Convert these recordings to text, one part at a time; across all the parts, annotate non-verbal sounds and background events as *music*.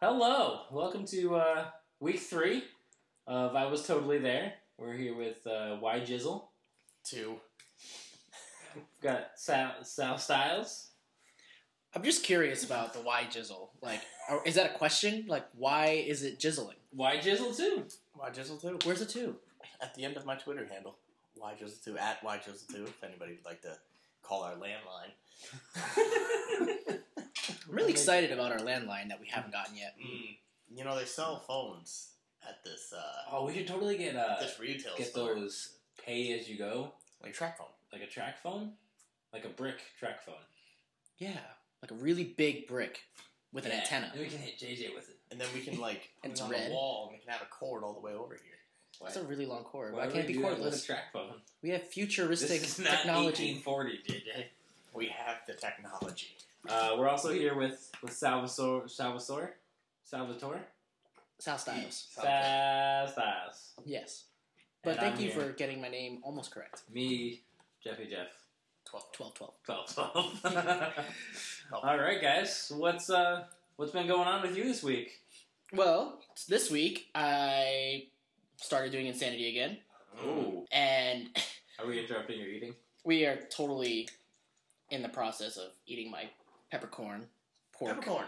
Hello, welcome to uh, week three of I was totally there. We're here with uh, Y Jizzle. Two. We've got Sal, Sal Styles. I'm just curious about the why jizzle. Like, are- is that a question? Like, why is it jizzling? Y Jizzle *laughs* too. Why Jizzle Two? Where's the two? At the end of my Twitter handle, Why Jizzle Two at Why Jizzle Two. If anybody would like to call our landline. I'm really excited about our landline that we haven't gotten yet. Mm, you know they sell phones at this uh, Oh, we should totally get uh, this retail get store, those pay as you go, like track phone. like a track phone, like a brick track phone Yeah, like a really big brick with an Yeah, antenna. and we can hit JJ with it. And then we can like *laughs* put It's it on red. the wall, and we can have a cord all the way over here. That's a really long cord. Why Why would can't it we be do that with a cordless? track phone. We have futuristic this is not technology. 1840, JJ. We have the technology. Uh, we're also here with with Salvatore Salvatore Salvatore Sal Styles. Sal Styles. Yes. But And thank I'm you here. for getting my name almost correct. Me, Jeffy Jeff. 12. 1212. 12, *laughs* 12. *laughs* All right, guys. What's uh what's been going on with you this week? Well, this week I started doing Insanity again, Mm. Oh, and are we interrupting your eating? we are totally in the process of eating my peppercorn pork. Peppercorn.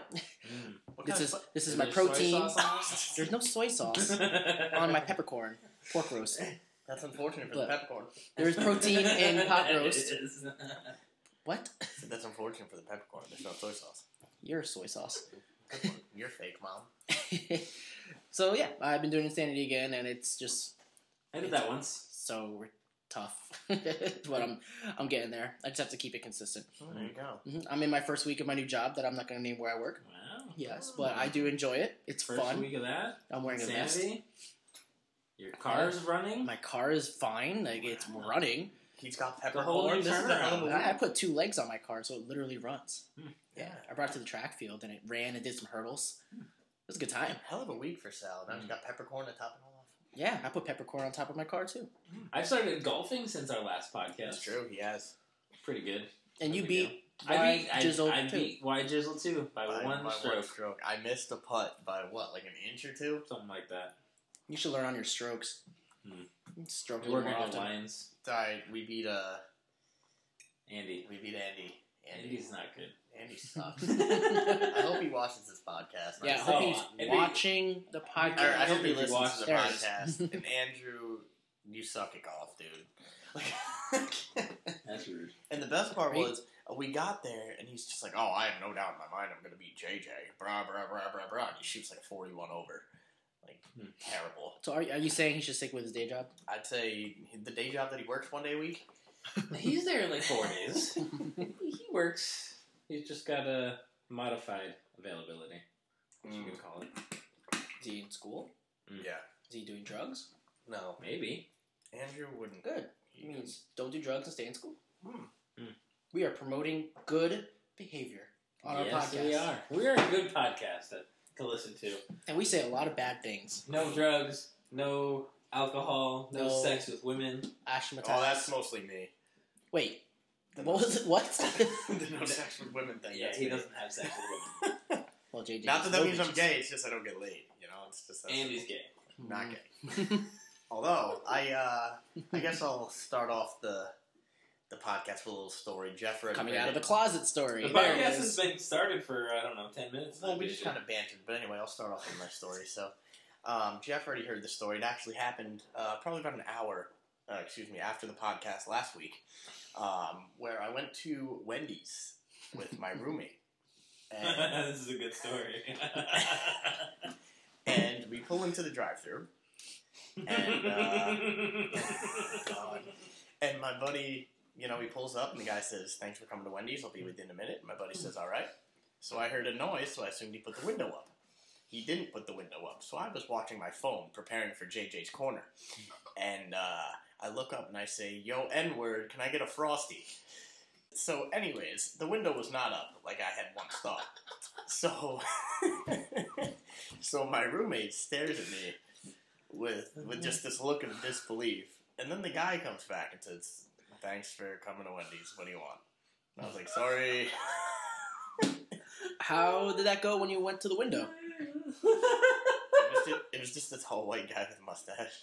What This kind is of Mm. this is Is my there soy protein. *laughs* sauce There's no soy *laughs* sauce on, on my peppercorn pork roast. *laughs* That's unfortunate for Look. the peppercorn. There is *laughs* protein in pot roast. It is. What? That's unfortunate for the peppercorn. There's no soy sauce. You're soy sauce. *laughs* Good one. You're fake, mom. so yeah, I've been doing Insanity again, and it's just I did that once. so tough, *laughs* but I'm I'm getting there. I just have to keep it consistent. Oh, there you go. hmm I'm in my first week of my new job that I'm not going to name where I work. Wow. Yes, but I do enjoy it. It's First fun. week of that. I'm wearing a vest. Insanity. Your car's running. Uh, My car is fine. Like it's Wow. running. He's got The whole peppercorn. This is the turnaround. hell of a I I put two legs on my car, so it literally runs. Hmm. Yeah, Yeah. Hmm. I brought it to the track field and it ran and did some hurdles. It was a good time. Hell of a week for Sal. Mm. Now she's got peppercorn to top it all off. Yeah, I put peppercorn on top of my car too. I've started golfing since our last podcast. He has. Pretty good. And you There we beat I I beat I, Jizzle I too. beat Y Jizzle too by, By- one by stroke, I missed a putt by what, like an inch or two? something like that. You should learn on your strokes. Hmm. Stroke a We little work more on the often. lines. Sorry, we beat uh, Andy. we beat Andy. Andy, Andy's not *laughs* good. Andy sucks. I I hope he watches this podcast. Yeah, Oh, I I hope hope, I he's think- watching the oh, or, I podcast. hope he Andrew listens watched to the there. podcast. and Andrew, you suck at golf, dude. That's weird. and the best part Right? was uh, we got there, and he's just like, "Oh, I have no doubt in my mind, I'm going to beat JJ." Bra bra bra bra bra. And he shoots like 41 over, like Hmm. terrible. So are, are you saying he should stick with his day job? I'd say the day job that he works one day a week. He's there like four days. *laughs* he works. He's just got a modified availability, which you could call it. Is he in school? Yeah. Is he doing drugs? No, Maybe. Andrew wouldn't. Good. He It means don't do drugs and stay in school. Hmm. Hmm. We are promoting good behavior on our yes, podcast. we are. We are a good podcast to, to listen to. And we say a lot of bad things. No drugs. No alcohol. Mm. No, No. sex with women. Ashmataz. Oh, that's mostly me. Wait, The what was it? What? *laughs* *laughs* the no sex with women thing. Yeah, that's he me. doesn't have sex with *laughs* women. well, JJ. Not that that means knows I'm gay. It's just I don't get laid. You know, it's just that's Andy's gay. not gay. *laughs* Although I, uh, I guess I'll start off the the podcast with a little story. Jeff read *laughs* Coming read out of it. the closet story. The There it podcast is. has been started for I don't know ten minutes. Well, we just kind of bantered, but anyway, I'll start off with my story. So, um, Jeff already heard the story. It actually happened uh, probably about an hour, uh, excuse me, after the podcast last week, um, where I went to Wendy's with *laughs* my roommate, *laughs* and, this is a good story. and we pull into the drive-through, And, uh, *laughs* God. and my buddy, you know, he pulls up, and the guy says, "Thanks for coming to Wendy's. I'll be with you in a minute." And my buddy says, "All right." So I heard a noise, so I assumed he put the window up. He didn't put the window up, so I was watching my phone, preparing for JJ's corner, and uh, I look up and I say, "Yo, N word, can I get a frosty?" So, anyways, the window was not up like I had once thought. So, *laughs* so my roommate stares at me with with just this look of disbelief, and then the guy comes back and says, "Thanks for coming to Wendy's. What do you want?" And I was like, "Sorry." How did that go when you went to the window? Burger. It was just, it was just this whole white guy with a mustache.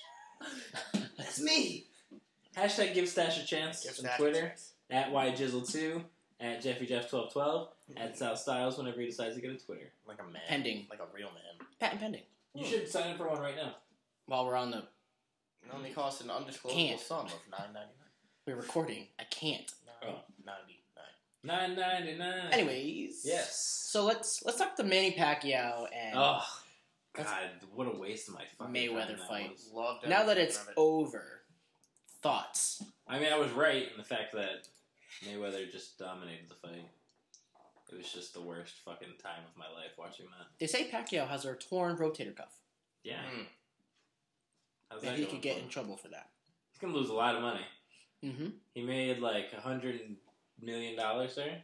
That's me. *laughs* Hashtag give Stash a chance Give on that a Twitter chance. at yjizzle2 at jeffyjeff1212 at South Styles whenever he decides to get a Twitter. Like a man. Pending. Like a real man. Patent pending. You should sign up for one right now. While we're on the, It only costs an undisclosable Can't. sum of nine ninety we're recording. I can't. nine. Ninety nine. Nine ninety nine. Anyways. Yes. So let's let's talk to Manny Pacquiao and Oh God, That's- what a waste of my fucking Mayweather time that fight. was. Loved now that every it's second of over, thoughts. I mean, I was right in the fact that Mayweather just dominated the fight. It was just the worst fucking time of my life watching that. They say Pacquiao has a torn rotator cuff. Yeah. Mm. How's That that he going could get for in him? trouble for that. He's gonna lose a lot of money. Mm-hmm. He made like a hundred million dollars there.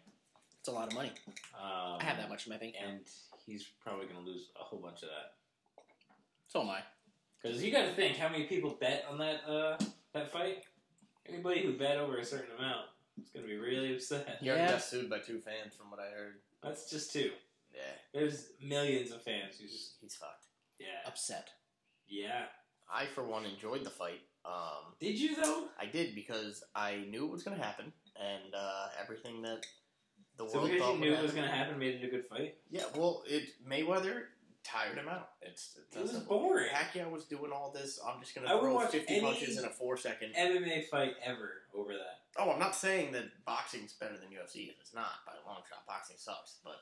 It's a lot of money. Um, I have that much in my bank. account. and he's probably gonna lose a whole bunch of that. So am I. Because you got to think how many people bet on that uh, that fight. Anybody who bet over a certain amount is going to be really upset. He already Yeah. got sued by two fans, from what I heard. That's just two. Yeah, There's millions of fans who just he's, he's fucked. yeah Upset. yeah. I, for one, enjoyed the fight. Um, Did you though? I did because I knew it was going to happen, and uh, everything that the So world because thought you would knew it happen- was going to happen, made it a good fight. Yeah, well, it Mayweather tired him out. It's, it's It was simple. boring. Pacquiao was doing all this. I'm just going I to would throw watch 50 any- punches in a four second. MMA fight ever over that. Oh, I'm not saying that boxing's better than UFC. It's not by a long shot. Boxing sucks, but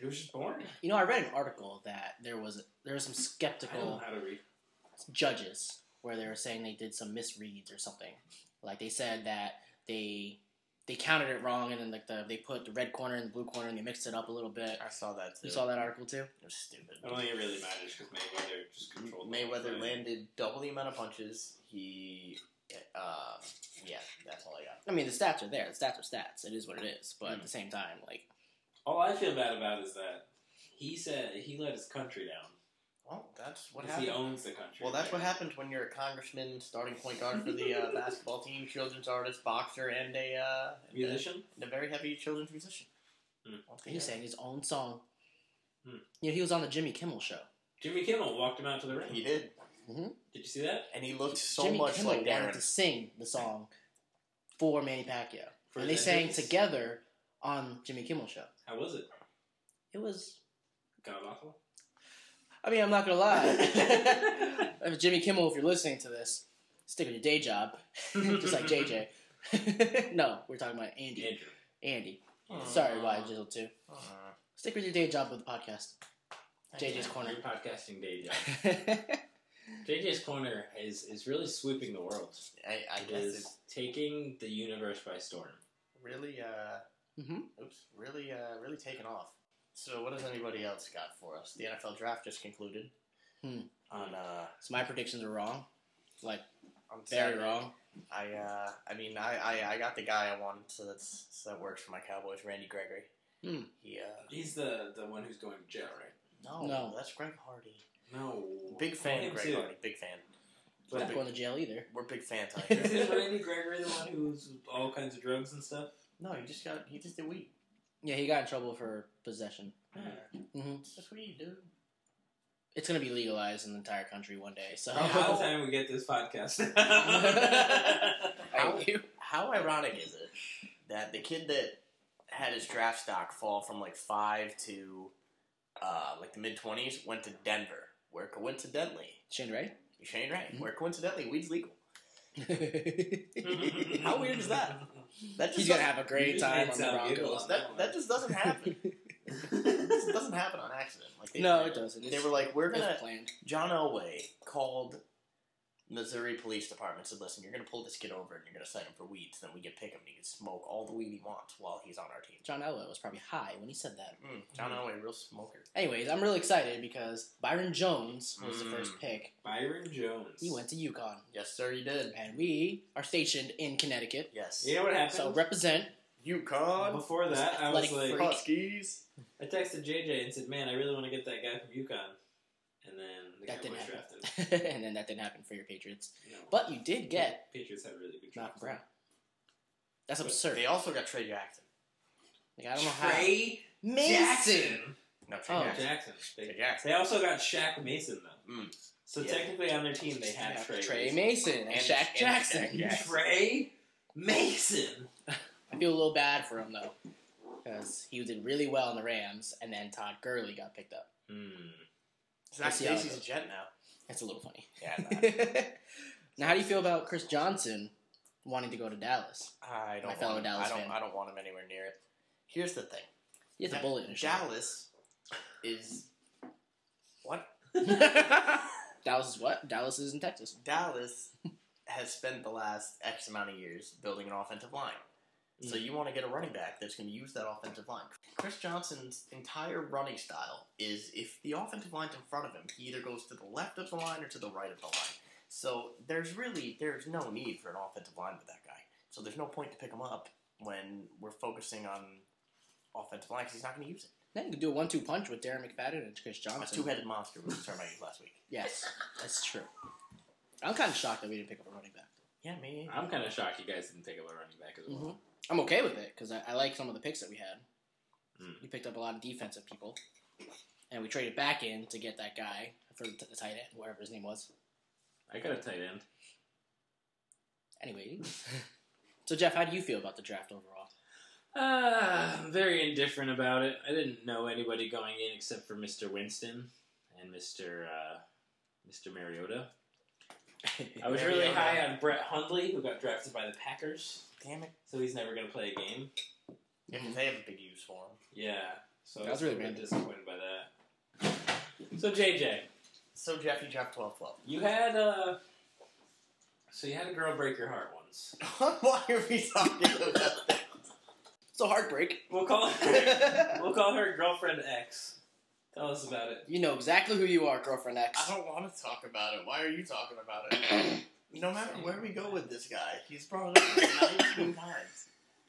It was just boring. You know, I read an article that there was there was some I don't know skeptical how to read. judges where they were saying they did some misreads or something. Like they said that they they counted it wrong and then like the they put the red corner and the blue corner and they mixed it up a little bit. I saw that too. You saw that article too? It was stupid. I don't think it really matters because Mayweather just controlled. the Mayweather fight. landed double the amount of punches. He, uh, yeah, that's all I got. I mean, the stats are there. The stats are stats. It is what it is. But Hmm. at the same time, like All I feel bad about is that he said he let his country down. Well, that's what 'cause he happened. owns the country. Well, that's what happens when you're a congressman, starting point guard for the *laughs* uh, basketball team, children's artist, boxer, and a uh, and a- Musician. and a very heavy children's musician. Hmm. Once he was again. saying his own song. Hmm. You know, he was on the Jimmy Kimmel show. Jimmy Kimmel walked him out to the ring. he did, Did you see that? and he looked so Jimmy much Kimmel like wanted Darren. to sing the song for Manny Pacquiao, For and they the sang Jimmies. together on Jimmy Kimmel show. How was it? It was. God awful. I mean, *laughs* I'm not gonna lie. Uh, Jimmy Kimmel, if you're listening to this, stick with your day job, *laughs* just like JJ. *laughs* no, we're talking about Andy. *laughs* Andrew. Andy, Aw. sorry, why Jizzle too. Aw. Stick with your day job with the podcast. *laughs* JJ's corner. Your podcasting day job. JJ's corner is is really sweeping the world. I, I It guess is it taking the universe by storm. really, uh, Mhm. oops, really, uh, really taken off. So, what has anybody else got for us? The NFL draft just concluded. Hmm. On uh, so my predictions are wrong, like on very Saturday. wrong. I uh, I mean, I, I, I got the guy I wanted, so that's so that works for my Cowboys. Randy Gregory. Hmm. He uh, He's the the one who's going to jail, right? no, No. that's Greg Hardy. No. Big fan, Him of Greg too. Hardy. Big fan. We're But- *laughs* not going to jail either. We're big fans. Out Is *laughs* here. Randy Gregory the one who's all kinds of drugs and stuff? *laughs* no, he just got he just did weed. Yeah, he got in trouble for possession. Mhm. It's just weed, dude. It's gonna be legalized in the entire country one day. So By the time we get this podcast, out. *laughs* How- Thank you. How ironic is it that the kid that had his draft stock fall from like five to uh, like the mid twenties went to Denver, where coincidentally Shane Ray. Shane Ray, Mhm. where coincidentally weed's legal. Mm-hmm. *laughs* He's *laughs* How weird is that? That just gonna doesn't- have a great You time made on the some Broncos. giggles. that, that just doesn't *laughs* happen. this doesn't happen on accident. Like they, No, it doesn't. They were like, we're It's gonna. planned. John Elway called Missouri Police Department said, listen, you're gonna pull this kid over and you're gonna cite him for weeds. Then we can pick him and he can smoke all the weed he wants while he's on our team. John Elway was probably high when he said that. Mm, Hmm. John Elway, real smoker. Anyways, I'm really excited because Byron Jones was the Mm. first pick. *laughs* Byron Jones. He went to UConn, Yes, sir, you did. and we are stationed in Connecticut. Yes. You know what happened? So represent. *laughs* UConn. Before that, I was Athletic like, freak. Huskies. I texted JJ and said, "Man, I really want to get that guy from UConn," and then the That guy didn't was happen. drafted. *laughs* and then that didn't happen for your Patriots, No. but you did get Patriots had really good drafts. Malcolm Brown. That's But absurd. They also got Trey Jackson. Like I don't know how. Trey Mason. Jackson. No, Trey Oh. Jackson. Jackson. Trey They, Jackson. they also got Shaq Mason though. Mm. So Yeah. technically on their team they have Trey. Trey Mason. Mason and, And- Shaq and Jackson. *laughs* Shaq Jackson. Trey Mason. I feel a little bad for him though, because he did really well in the Rams, and then Todd Gurley got picked up. Mm. Zach Let's see how it Casey's a goes. Jet now. That's a little funny. *laughs* Yeah, no, now, how do you feel about Chris Johnson wanting to go to Dallas? I don't. My fellow want him. Dallas I don't. fan. I don't want him anywhere near it. Here's the thing. He has a Da- bullet in his shoulder. Dallas is *laughs* what? Dallas is what? Dallas is in Texas. Dallas has spent the last X amount of years building an offensive line. So you want to get a running back that's going to use that offensive line. Chris Johnson's entire running style is if the offensive line's in front of him, he either goes to the left of the line or to the right of the line. So there's really there's no need for an offensive line with that guy. So there's no point to pick him up when we're focusing on offensive line because he's not going to use it. Then you could do a one-two punch with Darren McFadden and Chris A Johnson. two-headed monster was the term I used last week. Yes, that's true. I'm kind of shocked that we didn't pick up a running back. Yeah, me. I'm kind of shocked you guys didn't pick up a running back as well. I'm okay with it because I, I like some of the picks that we had. Mm. We picked up a lot of defensive people, and we traded back in to get that guy for the t- the tight end, whatever his name was. I got a tight end. Anyway, so Jeff, how do you feel about the draft overall? Uh, I'm very indifferent about it. I didn't know anybody going in except for Mr. Winston and Mr. Uh, Mr. Mariota. I was really Mariota. high on Brett Hundley, who got drafted by the Packers, Damn it. so he's never going to play a game. Yeah, 'cause they have a big use for him. Yeah, so That was I really a bit random. disappointed by that. So JJ, So Jeff, you dropped 12 12. you had uh, so you had a girl break your heart once. *laughs* Why are we talking about that? It's a heartbreak. We'll call her, *laughs* I we'll call her girlfriend X. Tell us about it. You know exactly who you are, girlfriend X. don't want to talk about it. Why are you talking about it? No matter where we go with this guy, he's brought it up like 19 times.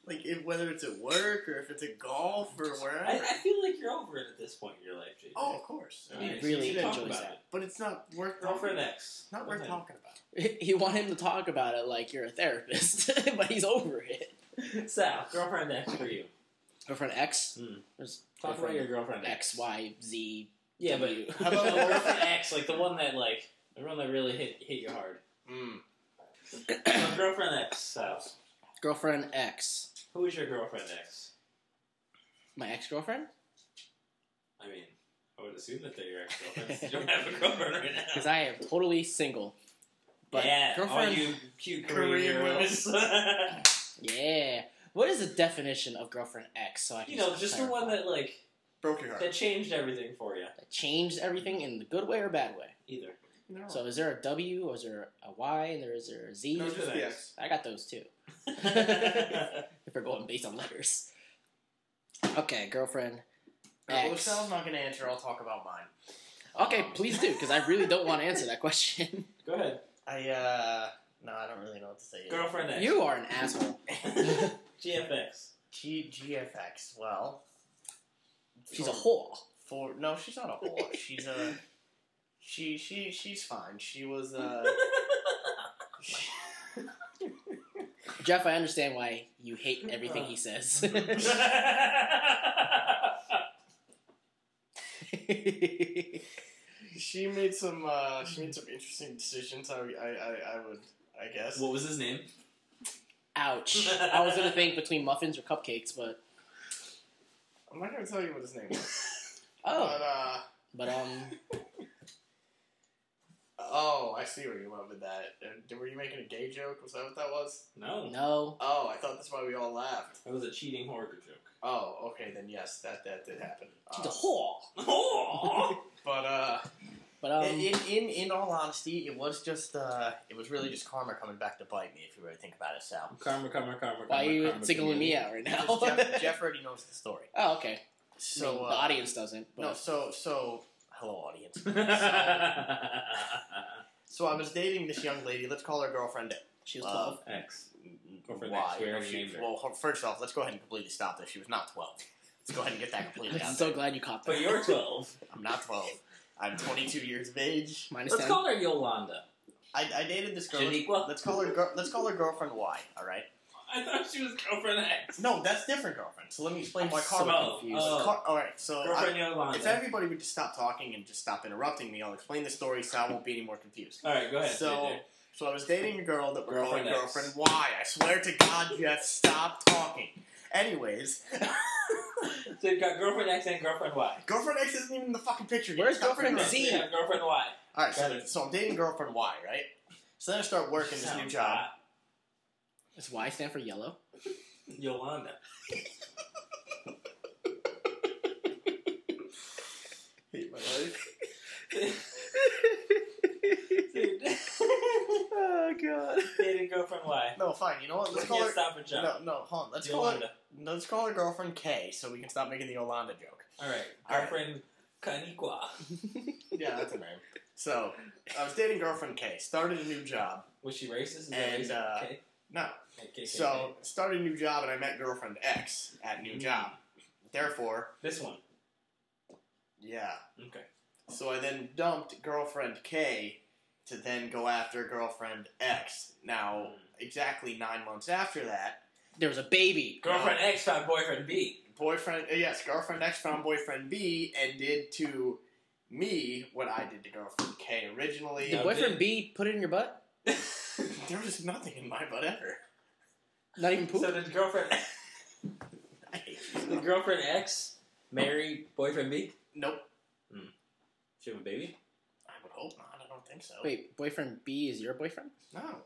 Like, if, whether it's at work or if it's at golf or wherever. I, I feel like you're over it at this point in your life, JJ. oh, of course. I He mean, really you should talk enjoys about that. it. But it's not worth Girlfriend talking X. Not Go worth ahead. talking about. *laughs* You want him to talk about it like you're a therapist, *laughs* but he's over it. Sal, girlfriend X for you. Girlfriend X. Mm. There's Talk about your girlfriend X, Y, Z. Yeah, but W. how about girlfriend X, like the one that like the one that really hit hit you hard. *clears throat* Mm. So girlfriend X, Sal. girlfriend X? Who is your girlfriend X? My ex-girlfriend? I mean, I would assume that they're your ex girlfriends. *laughs* you don't have a girlfriend right Because now. I am totally single. But yeah, girlfriend, all you cute Career career girls. *laughs* yeah. What is the definition of girlfriend X? So I can you know, just the clarify? one that like Broke your heart. that changed everything for you. that changed everything in the good way or bad way. Either *laughs* No. So is there a W or is there a Y and there is there a Z? no, Those just are the nice. X. I got those too. If we're going based on letters. Okay, girlfriend. Uh, well, if X. Sal's not going to answer, I'll talk about mine. Okay, Um, please do because I really don't want to answer that question. *laughs* Go ahead, I, uh, no, I don't really know what to say. girlfriend X. *laughs* you are an asshole. GFX. G- GFX. Well, She's for- a whore. For no, she's not a whore. she's *laughs* a she. She she's fine. She *laughs* was *laughs* uh Jeff, I understand why you hate everything he *laughs* says. she made some uh she made some interesting decisions. I I I, I would I guess. what was his name? Ouch. I was gonna think between muffins or cupcakes, but I'm not gonna tell you what his name was. oh, But uh but um, oh, I see where you went with that. Uh, did- Were you making a gay joke? Was that what that was? No, no. Oh, I thought that's why we all laughed. that was a cheating horror *laughs* joke. Oh, okay, then yes, that that did happen. She's a Uh, whore. Oh, but uh. But um, In, in, in, in all honesty, it was just, uh, it was really just karma coming back to bite me, if you really think about it, Sal. karma, karma, karma. why are karma, you karma, singling me karma. out right now? Because Jeff, *laughs* Jeff already knows the story. oh, okay. So So, uh, the audience doesn't. But No, so, so, hello, audience. *laughs* So I was dating this young lady, let's call her girlfriend. she was uh, twelve. *laughs* X. Girlfriend Why? X, we already She- named her. well, her- first off, let's go ahead and completely stop this. She was not 12. Let's go ahead and get that completely I'm out so there. glad you caught that. But you're 12. *laughs* I'm not 12. I'm 22 years of age. *laughs* minus Let's ten. call her Yolanda. I, I dated this girl. Janiqua? *laughs* Let's call her. gir- Let's call her girlfriend Y. All right. I thought she was girlfriend X. No, that's different, girlfriend. So let me explain why Carmen. So confused. oh. Car- all right, so I- girlfriend Yolanda. if everybody would just stop talking and just stop interrupting me, I'll explain the story so I won't be any more confused. All right, go ahead. So, so I was dating a girl that we're Girlfriend calling X. girlfriend Y. I swear to God, Jeff, stop talking. Anyways, so you've got girlfriend X and girlfriend Y. girlfriend X isn't even in the fucking picture. yet. Where's Stop girlfriend Right, interrupting. so Z? you have girlfriend Y. All right, Got so, it. so I'm dating girlfriend Y, right? So then I start working this new Sounds job. hot. Does Y stand for yellow? *laughs* Yolanda. *laughs* Hate my life. Dating oh god. girlfriend Y. No, fine. You know *laughs* what? Let's Let's call her. stop and jump. No, no, hold on. Let's call her. Yolanda. Let's call her girlfriend K, so we can stop making the Yolanda joke. All right, All right. girlfriend Kaniqua. Yeah, that's a name. So, I was dating girlfriend K, started a new job. Was she racist? Is that And, racist? uh, okay. No. Okay, So, started a new job and I met girlfriend X at new Mm. job. Therefore, this one. yeah. Okay. So I then dumped girlfriend K to then go after girlfriend X. Now, Mm. exactly 9 months after that, There was a baby. Girlfriend X found boyfriend *laughs* B. boyfriend uh, yes, girlfriend X found boyfriend B and did to me what I did to girlfriend K originally. Did Yeah, boyfriend dude. B put it in your butt? There was nothing in my butt ever. *laughs* Not even poop. So did girlfriend I hate you. did girlfriend X marry boyfriend B? Nope. She have a baby? I would hope not. I don't think so. Wait, boyfriend B is your boyfriend? No. *laughs*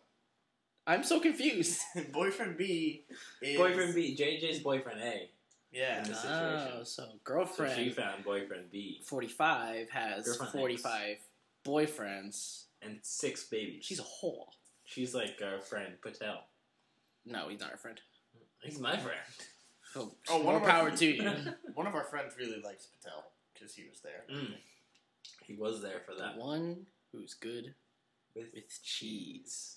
I'm so confused. boyfriend B is Boyfriend B. JJ's boyfriend A. Yeah. *laughs* In this Oh, situation. so So girlfriend she found boyfriend B 45 has Girlfriend 45 boyfriends. and six babies. She's a whore. She's like our friend Patel. No, he's not our friend. He's my friend. Oh, Oh, one more of our- power to you. One of our friends really likes Patel because he was there. Mm. He was there for The that. one who's good With, with cheese.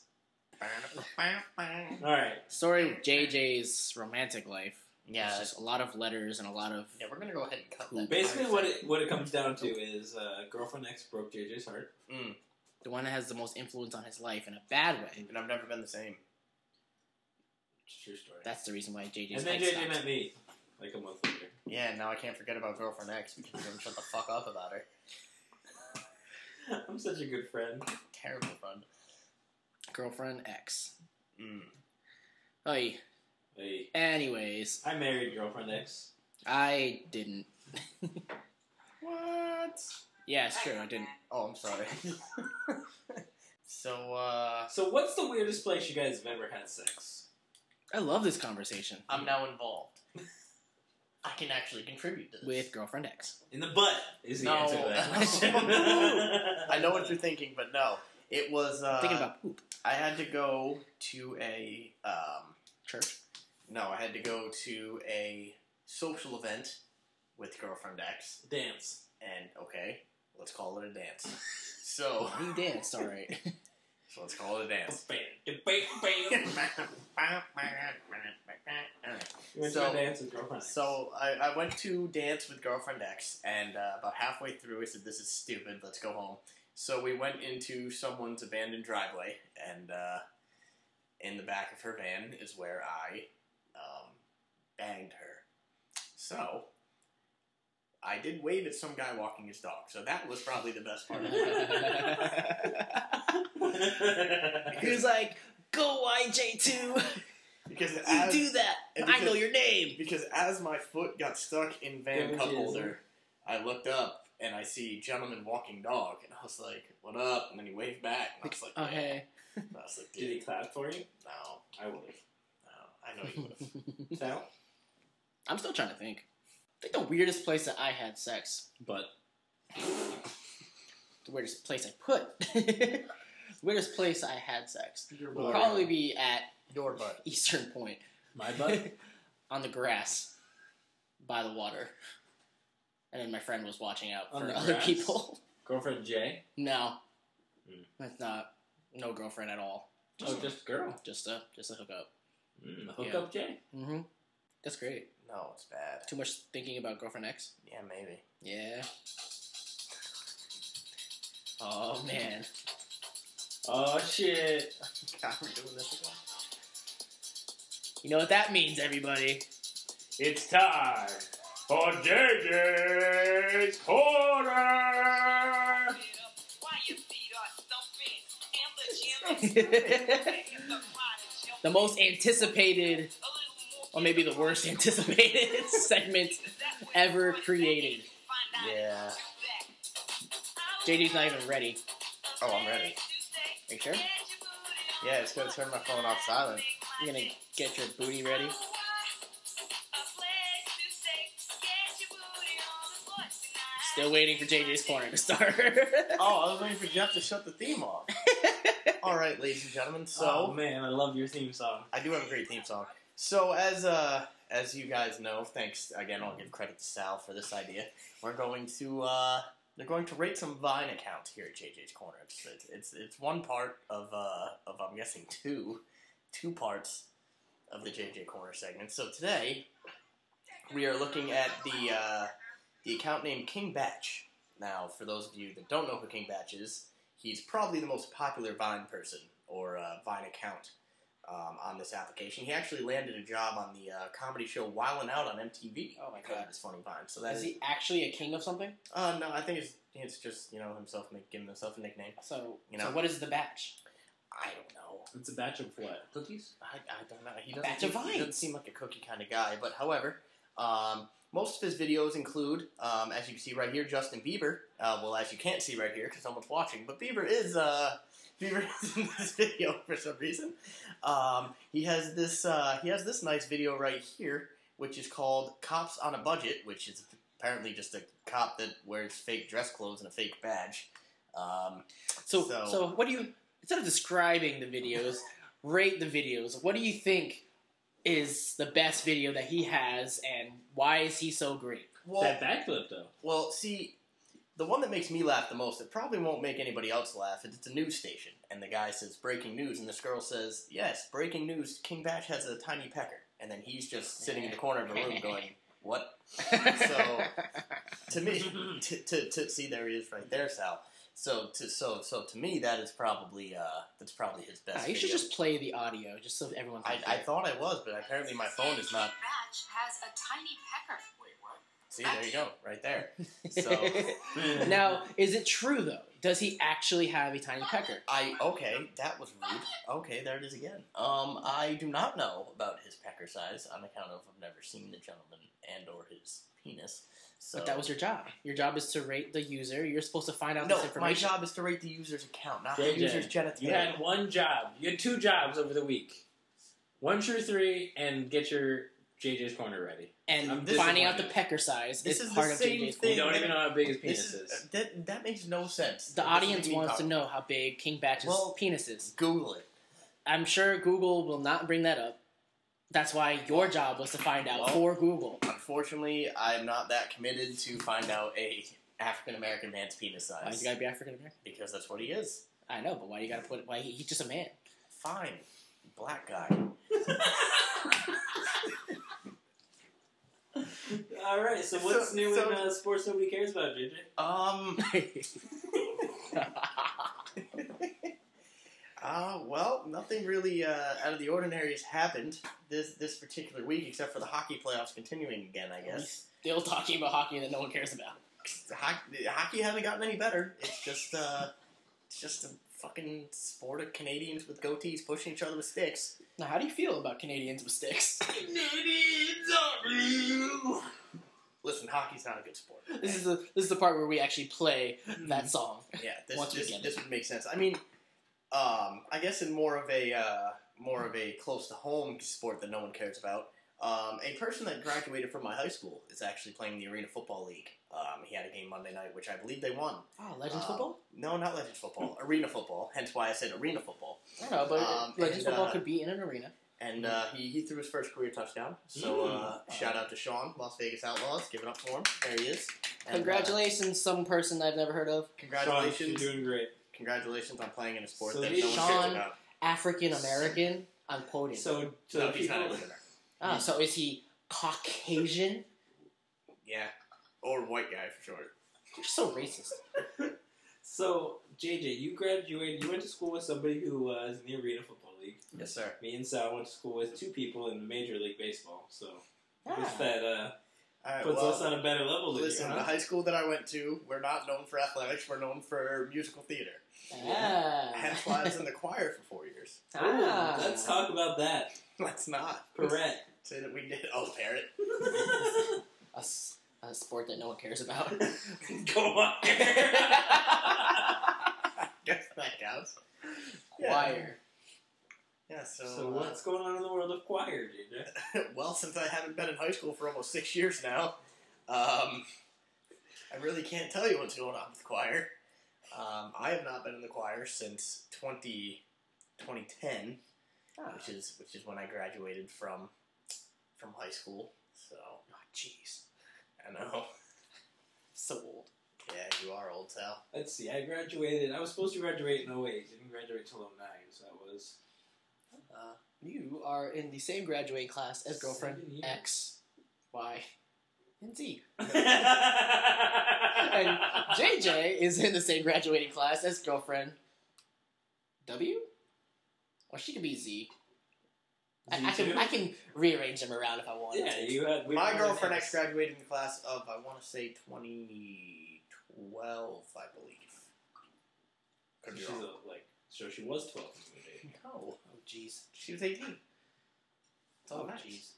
All right. Story of JJ's romantic life. yeah. It's just a lot of letters and a lot of. yeah, we're gonna go ahead and cut that. Basically, *laughs* what it what it comes down to is uh, girlfriend X broke JJ's heart. Mm, The one that has the most influence on his life in a bad way. and I've never been the same. It's a true story. That's the reason why JJ's and then head JJ stopped. met me like a month later. *laughs* Yeah, now I can't forget about girlfriend X because you didn't shut the fuck up about her. I'm such a good friend. Terrible friend. Girlfriend X. Mm. Oy. Hey, Anyways, I married girlfriend X. I didn't. What? Yeah, it's true, I didn't. Oh, I'm sorry. *laughs* so, uh, So, what's the weirdest place you guys have ever had sex? I love this conversation I'm now involved. I can actually contribute to this. with girlfriend X. In the butt is the No. answer to that question. No. I know what you're thinking, but no. It was. Uh, Thinking about poop. I had to go to a. Um, Church. *laughs* no, I had to go to a social event with girlfriend X, *laughs* Dance. and okay, let's call it a dance. *laughs* So, He danced, alright. so let's call it a dance. Bam, *laughs* bam, bam. You went to So- a dance with girlfriend X. So I, I went to dance with girlfriend X, and uh, about halfway through, I said, "This is stupid. Let's go home." So we went into someone's abandoned driveway, and uh, in the back of her van is where I um, banged her. So I did wave at some guy walking his dog. So that was probably the best part. Of *laughs* it. *laughs* he was like, go YJ2! because You as, do that! and I know because- your name! Because as my foot got stuck in van There cup she is. holder, I looked up and I see gentleman walking dog, and I was like, "What up?" And then he waved back, and I was like, Oh, hey. "Yeah." I was like, *laughs* Did he *laughs* "Dude, clap for you? no, I would have. no, I know you would *laughs* have." Tell? *laughs* I'm still trying to think. I think the weirdest place that I had sex, But the weirdest place I put, *laughs* the weirdest place I had sex Your would probably be at your butt. Eastern Point. my butt? on the grass by the water. And then my friend was watching out On for the other grass? people. *laughs* Girlfriend J? no. Mm. That's not no girlfriend at all. Oh, just girl. Just a just a hookup. Mm, hookup J. Mm-hmm. That's great. No, it's bad. Too much thinking about girlfriend X. Yeah, maybe. Yeah. Oh man. Oh shit. God, we're doing this again. You You know what that means, everybody. It's time for JJ's Corner! The most anticipated, or maybe the worst *laughs* anticipated *laughs* segment ever created. Yeah. JJ's not even ready. Oh, I'm ready. Are you sure? Yeah, it's gonna turn my phone off silent. You're gonna get your booty ready. Still waiting for JJ's corner *laughs* to start. Oh, I was waiting for Jeff to shut the theme off. *laughs* All right, ladies and gentlemen. So oh man, I love your theme song. I do have a great theme song. So as uh as you guys know, thanks again. I'll give credit to Sal for this idea. We're going to uh they're going to rate some Vine accounts here at JJ's Corner. It's it's it's, it's one part of uh of I'm guessing two two parts of the JJ Corner segment. So today we are looking at the uh, the account named King Batch. Now, for those of you that don't know who King Batch is, he's probably the most popular Vine person or uh, Vine account um, on this application. He actually landed a job on the uh, comedy show Wildin' Out on MTV. Oh my because of God. his funny Vine. So that Is is. he actually a king of something? Uh, no, I think it's it's just you know himself make- giving himself a nickname. So, You know. so what is the batch? I don't know. It's a batch of what? Cookies? I, I don't know. He A doesn't, batch of seem- he doesn't vines. seem like a cookie kind of guy. But however, um, most of his videos include, um, as you can see right here, Justin Bieber. Uh, well, as you can't see right here because someone's watching, but Bieber is uh, *laughs* Bieber is in this *laughs* video for some reason. Um, he has this uh, he has this nice video right here, which is called "Cops on a Budget," which is apparently just a cop that wears fake dress clothes and a fake badge. Um, So, So- so, what do you? Instead of describing *laughs* the videos, rate the videos. What do you think is the best video that he has, and why is he so great? well, that backflip though. Well, see, the one that makes me laugh the most, it probably won't make anybody else laugh, is it's a news station. And the guy says, breaking news. And this girl says, yes, breaking news. King Batch has a tiny pecker. And then he's just sitting in the corner of the room going, what? *laughs* So, to me, to, to, to see, there he is right there, Sal. So to so so to me that is probably uh that's probably his best. Ah, you should video. just play the audio, just so everyone. I, Can I hear. thought I was, but apparently my phone is not. Batch has a tiny pecker. Wait, what? See, there you go, right there. So *laughs* Mm. now, is it true though? Does he actually have a tiny pecker? I okay, that was rude. Okay, there it is again. Um, I do not know about his pecker size on account of I've never seen the gentleman and or his penis. So But that was your job. Your job is to rate the user. You're supposed to find out no. this My information. job is to rate the user's account, not the JJ, user's genitalia. You had one job. You had two jobs over the week. One, true, three, and get your JJ's Corner ready. I'm and finding out the disappointed. pecker size This is, is the part of same JJ's. You thing. corner. don't even know how big his penis This is. is, that that makes no sense. The This is audience me wants to talking. know how big King Batch's Well- penis is. Google it. I'm sure Google will not bring that up. That's why your job was to find out Well- for Google. Unfortunately, I'm not that committed to find out a African American man's penis Why size you gotta be African American? because that's what he is. I know, but why you gotta put? Why he, he's just a man? Fine, black guy. All right. So what's So- new so- in uh, sports? Nobody cares about JJ. Um. Uh, well, nothing really uh, out of the ordinary has happened this this particular week, except for the hockey playoffs continuing again. I guess Still talking about hockey that no one cares about. The hockey, hockey hasn't gotten any better. It's just uh, it's just a fucking sport of Canadians with goatees pushing each other with sticks. Now, how do you feel about Canadians with sticks? Listen, hockey's not a good sport. *laughs* This is the this is the part where we actually play that song. Yeah, this Once we this, get it. this would make sense. I mean, um, I guess in more of a uh, more of a close to home sport that no one cares about. Um, a person that graduated from my high school is actually playing in the Arena Football League. Um, he had a game Monday night, which I believe they won. Oh, Legends Um, football? No, not Legends football. Hmm. arena football. Hence why I said arena football. I don't know, but um, Legends and, football uh, could be in an arena. And uh, Hmm. he, he threw his first career touchdown. So uh, shout out to Sean, Las Vegas Outlaws. Give it up for him. There he is. And, uh, Congratulations, some person I've never heard of, Sean, congratulations. you're doing great. Congratulations on playing in a sport So that he's no one Sean. cares about. African American. I'm quoting. So, so No, the he's not people, a winner. ah, so is he Caucasian? Yeah. Or white guy for short. You're so racist. so JJ, you graduated. You went to school with somebody who was in the arena football league. Yes, sir. Me and Sal went to school with two people in Major League Baseball, so I guess Ah. that uh, All right, puts well, us on a better level than listen, you. the Huh? high school that I went to, we're not known for athletics. We're known for musical theater. Ah. Hence why I *laughs* was in the choir for four years. *laughs* Ah. Ooh, let's talk about that. Let's not. Perret. *laughs* Say that we did. Oh, parrot. *laughs* A, s- a sport that no one cares *laughs* *laughs* about. *laughs* Go on. *laughs* Guess that counts. Yeah. Choir. Yeah, so. so uh, what's going on in the world of choir, dude? well, since I haven't been in high school for almost six years now, um, I really can't tell you what's going on with choir. Um, I have not been in the choir since 20, 2010, Ah. which is which is when I graduated from from high school. So, Ah, jeez, I know. *laughs* So old. Yeah, you are old, Sal. Let's see. I graduated. I was supposed to graduate in 08. Didn't graduate till 09, so that *laughs* was Uh, you are in the same graduating class as girlfriend Seven years. X, Y, and Z. and JJ is in the same graduating class as girlfriend W, or she could be Z. I I can I can rearrange them around if I want. yeah, you had we My had girlfriend an ex graduated in the class of I want to say twenty twelve, I believe. Could be She's wrong. a, like, so she was 12 when we dated. No, Oh jeez. she was eighteen. It's all Oh that matters. jeez.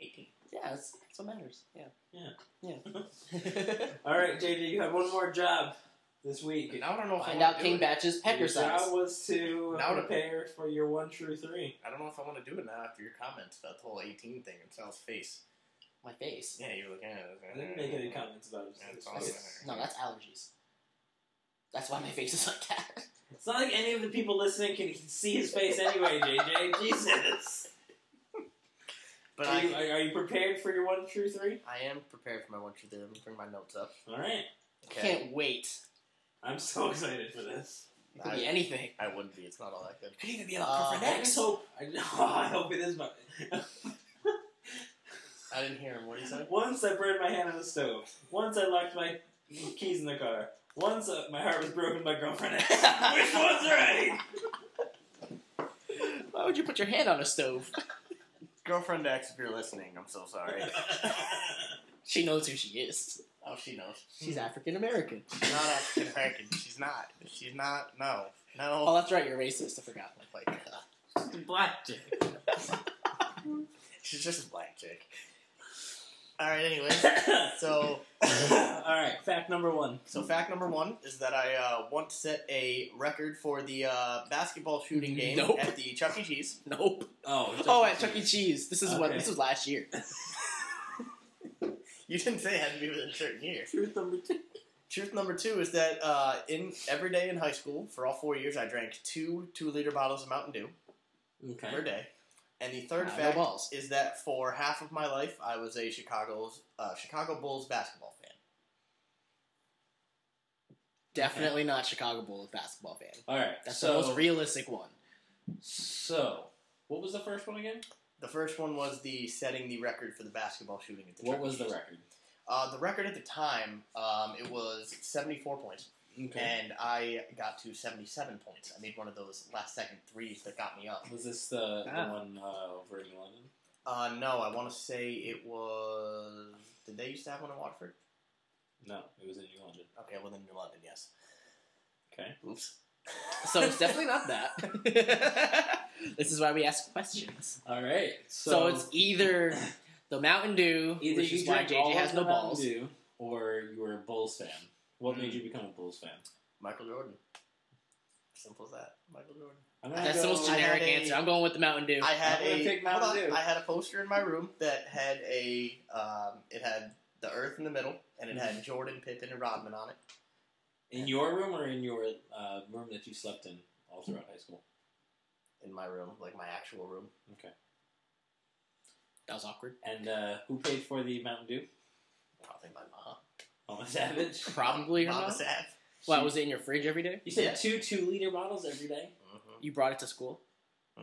18. Yeah, that's, that's what matters. Yeah. *laughs* Yeah. Yeah. All right, JJ, you have one more job this week. Now I don't know if Find I out want to do King it. Batch's pecker Your size. job was to Now to- prepare for your one true three. I don't know if I want to do it now after your comments about the whole 18 thing and Sal's face. My face. Yeah, you're looking at it. I didn't make any comments about it. That's It's- awesome. it's- No, that's allergies. That's why my face is like that. It's not like any of the people listening can see his face anyway, *laughs* JJ. Jesus. But are, you, I, are you prepared for your one true three? I am prepared for my one truth there. Let me bring my notes up. All right. Can't wait. I'm so *laughs* excited for this. It could be I, anything. Uh, I wouldn't be. It's not all that good. Could even be about I girlfriend just hope. I, I *laughs* hope it is my. I didn't hear him. What did he say? Once I burned my hand on the stove. Once I locked my keys in the car. Once uh, my heart was broken by girlfriend. *laughs* X. Which one's right? Why would you put your hand on a stove? Girlfriend X, if you're listening, I'm so sorry. She knows who she is. oh, she knows. She's African American. She's not African American. She's not. She's not. No. Oh, No. that's right. You're racist. I forgot. Like, uh, Black *laughs* chick. she's just a black chick. All right. Anyway, so All right. Fact number one. So fact number one is that I uh, once set a record for the uh, basketball shooting game Nope. at the Chuck E. Cheese. Nope. Oh. Oh, at Chuck E. Cheese. This is what. Okay. This was last year. You didn't say it had to be within a certain year. Truth number two. Truth number two is that uh, in every day in high school for all four years, I drank two two liter bottles of Mountain Dew Okay. per day. And the Ah, third Uh, no fact balls. is that for half of my life, I was a Chicago's uh, Chicago Bulls basketball fan. Definitely not Chicago Bulls basketball fan. All right. That's so, the most realistic one. So, what was the first one again? The first one was the setting the record for the basketball shooting at the What Chuck E. was the Cheese. record? Uh, the record at the time, um, it was seventy four points. and I got to 77 points. I made one of those last second threes that got me up. Was this the, Ah. the one uh, over in London? Uh, no, I want to say it was. Did they used to have one in Waterford? No, it was in New London. Okay, well then New London, yes. Okay. Oops. So it's definitely not that. *laughs* this is why we ask questions. All right. So, So, it's either the Mountain Dew, either which you is why drank all JJ has of no the Mountain balls. Dew, or you were a Bulls fan. What Mm. made you become a Bulls fan? *laughs* Michael Jordan. Simple as that. Michael Jordan. I'm gonna That's the go- most I had generic a- answer. I'm going with the Mountain Dew. I had I'm gonna a pick hold Mountain on, Dew. I had a poster in my room that had a um, it had the Earth in the middle, and it had Jordan, Pippen, and Rodman on it. In your room or in your uh, room that you slept in all throughout high school? In my room, like my actual room. Okay. that was awkward. And uh, who paid for the Mountain Dew? Probably my mom. Mama Savage. Probably your Mama mom. Sav. Why was it in your fridge every day? You said Yeah. two two liter bottles every day. Mm-hmm. You brought it to school.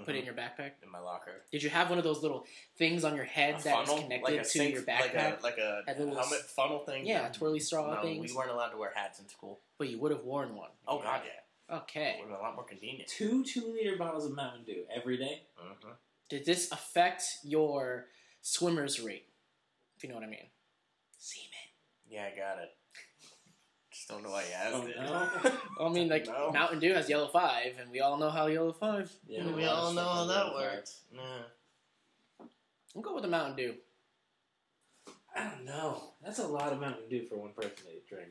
Put it in your backpack. in my locker. Did you have one of those little things on your head that was connected to sink- your backpack? like a, like Had a little helmet s- funnel thing. Um, yeah, twirly straw no, things. we weren't allowed to wear hats in school. But you would have worn one. Oh god, yeah. Okay. Would have been a lot more convenient. Two two liter bottles of Mountain Dew every day. Mhm. Did this affect your swimmer's rate? If you know what I mean. Semen. Yeah, I got it. Just don't know why you asked Oh, it. no. Well, I mean, like No. Mountain Dew has yellow five, and we all know how yellow five. Yeah, we a lot of all know stuff how in that there. works. *laughs* *laughs* Nah. I'm going with the Mountain Dew. I don't know. That's a lot of Mountain Dew for one person to drink.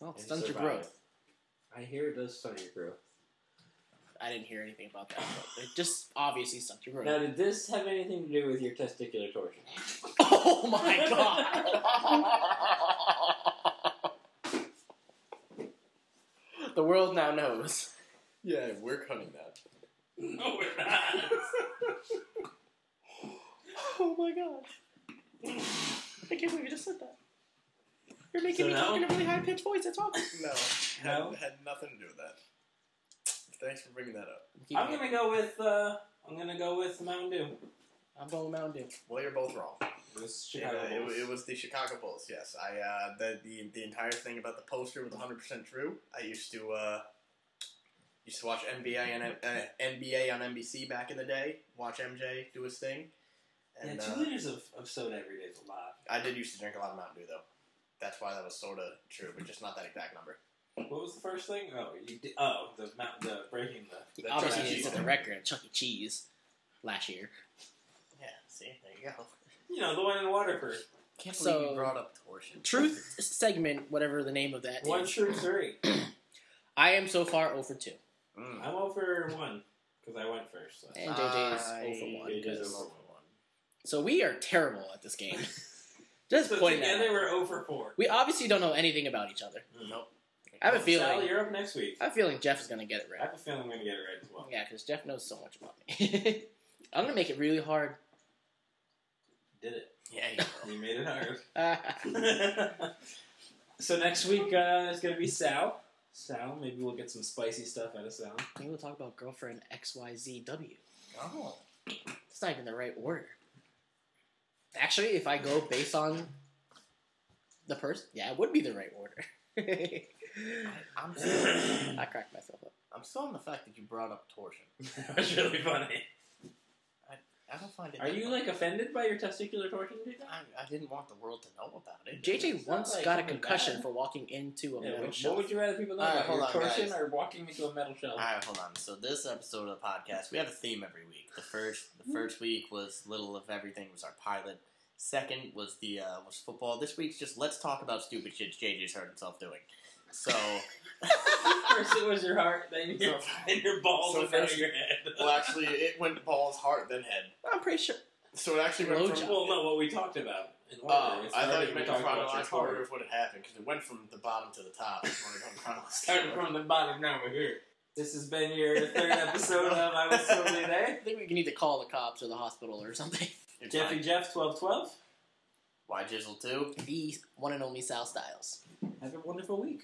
Well, it and stuns your survive. growth. I hear it does stun your growth. I didn't hear anything about that. But it just obviously stuns your growth. Now, did this have anything to do with your testicular torsion? Oh my god! the world now knows. Yeah, we're cutting that. No, we're not. Oh my god. I can't believe you just said that. You're making So me now- talk in a really high pitched voice. It's awful. No. No? Had, had nothing to do with that. Thanks for bringing that up. I'm gonna go with. Uh, I'm gonna go with Mountain Dew. I'm going with Mountain Dew. Well, you're both wrong. It was Yeah, Chicago uh, it, Bulls. it was the Chicago Bulls. Yes, I uh, the, the the entire thing about the poster was 100 percent true. I used to uh, used to watch NBA and uh, NBA on NBC back in the day. Watch MJ do his thing, and yeah, two uh, liters of, of soda every day is a lot. I did used to drink a lot of Mountain Dew though. That's why that was sort of true, but just not that exact number. What was the first thing? Oh, you did, oh the Mount the breaking the. the Obviously, uh, Chuck E. he Cheese set the thing. record at Chuck E. Cheese last year. Yeah, see, there you go. You know the one in Waterford. Can't So- believe you brought up torsion. Truth segment, whatever the name of that is. One truth three. I am so far over 2. Mm. I'm over one because I went first. So. And JJ is I- over 1. it is 'cause- over So we are terrible at this *laughs* game. Just So pointing together that out. we're over four. We obviously don't know anything about each other. Nope. I have a Sal, feeling. you're up next week. I have a feeling Jeff is going to get it I right. have a feeling I'm gonna get it right as well. Yeah, because Jeff knows so much about me. *laughs* I'm going to make it really hard. *laughs* Did it? Yeah, you will. You made it hard. *laughs* Ah, so next week uh, is gonna be Sal. Sal, maybe we'll get some spicy stuff out of *laughs* Sal. maybe we'll talk about girlfriend XYZW. oh, It's not even the right order. Actually, if I go based on the person, yeah, it would be the right order. I, *laughs* I I'm *laughs* still, cracked myself up. I'm still on the fact that you brought up torsion. that was really funny. I don't find it. Are that you funny. like offended by your testicular torsion? Jacob? I, I didn't want the world to know about it. JJ It's not once like got a something concussion bad. for walking into a Yeah, metal what, shelf. what would you rather people know? All right, about, hold your on, torsion guys. or walking into a metal shelf? All right, hold on. So this episode of the podcast, we have a theme every week. The first, Mm-hmm. the first week was little of everything was our pilot. Second was the uh, was football. This week's just let's talk about stupid shit JJ's heard himself doing. *laughs* So First it was your heart, then *laughs* your, So- then your balls, so and then first- your *laughs* head. actually, it went balls, heart, then head. I'm pretty sure. So it actually went Blowjob. from- well, no, what we talked about. in order. Oh, It I started thought you with meant talking about your chronological order torsion. of what had happened because it went from the bottom to the top. It's when it *laughs* went Started chronological. from the bottom, now we're here. This has been your third episode of I Was Totally *laughs* There. I think we can either call the cops or the hospital or something. *laughs* It's Jeffy fine. Jeff, 1212. Why jizzle too? The one and only Sal Styles. Have a wonderful week.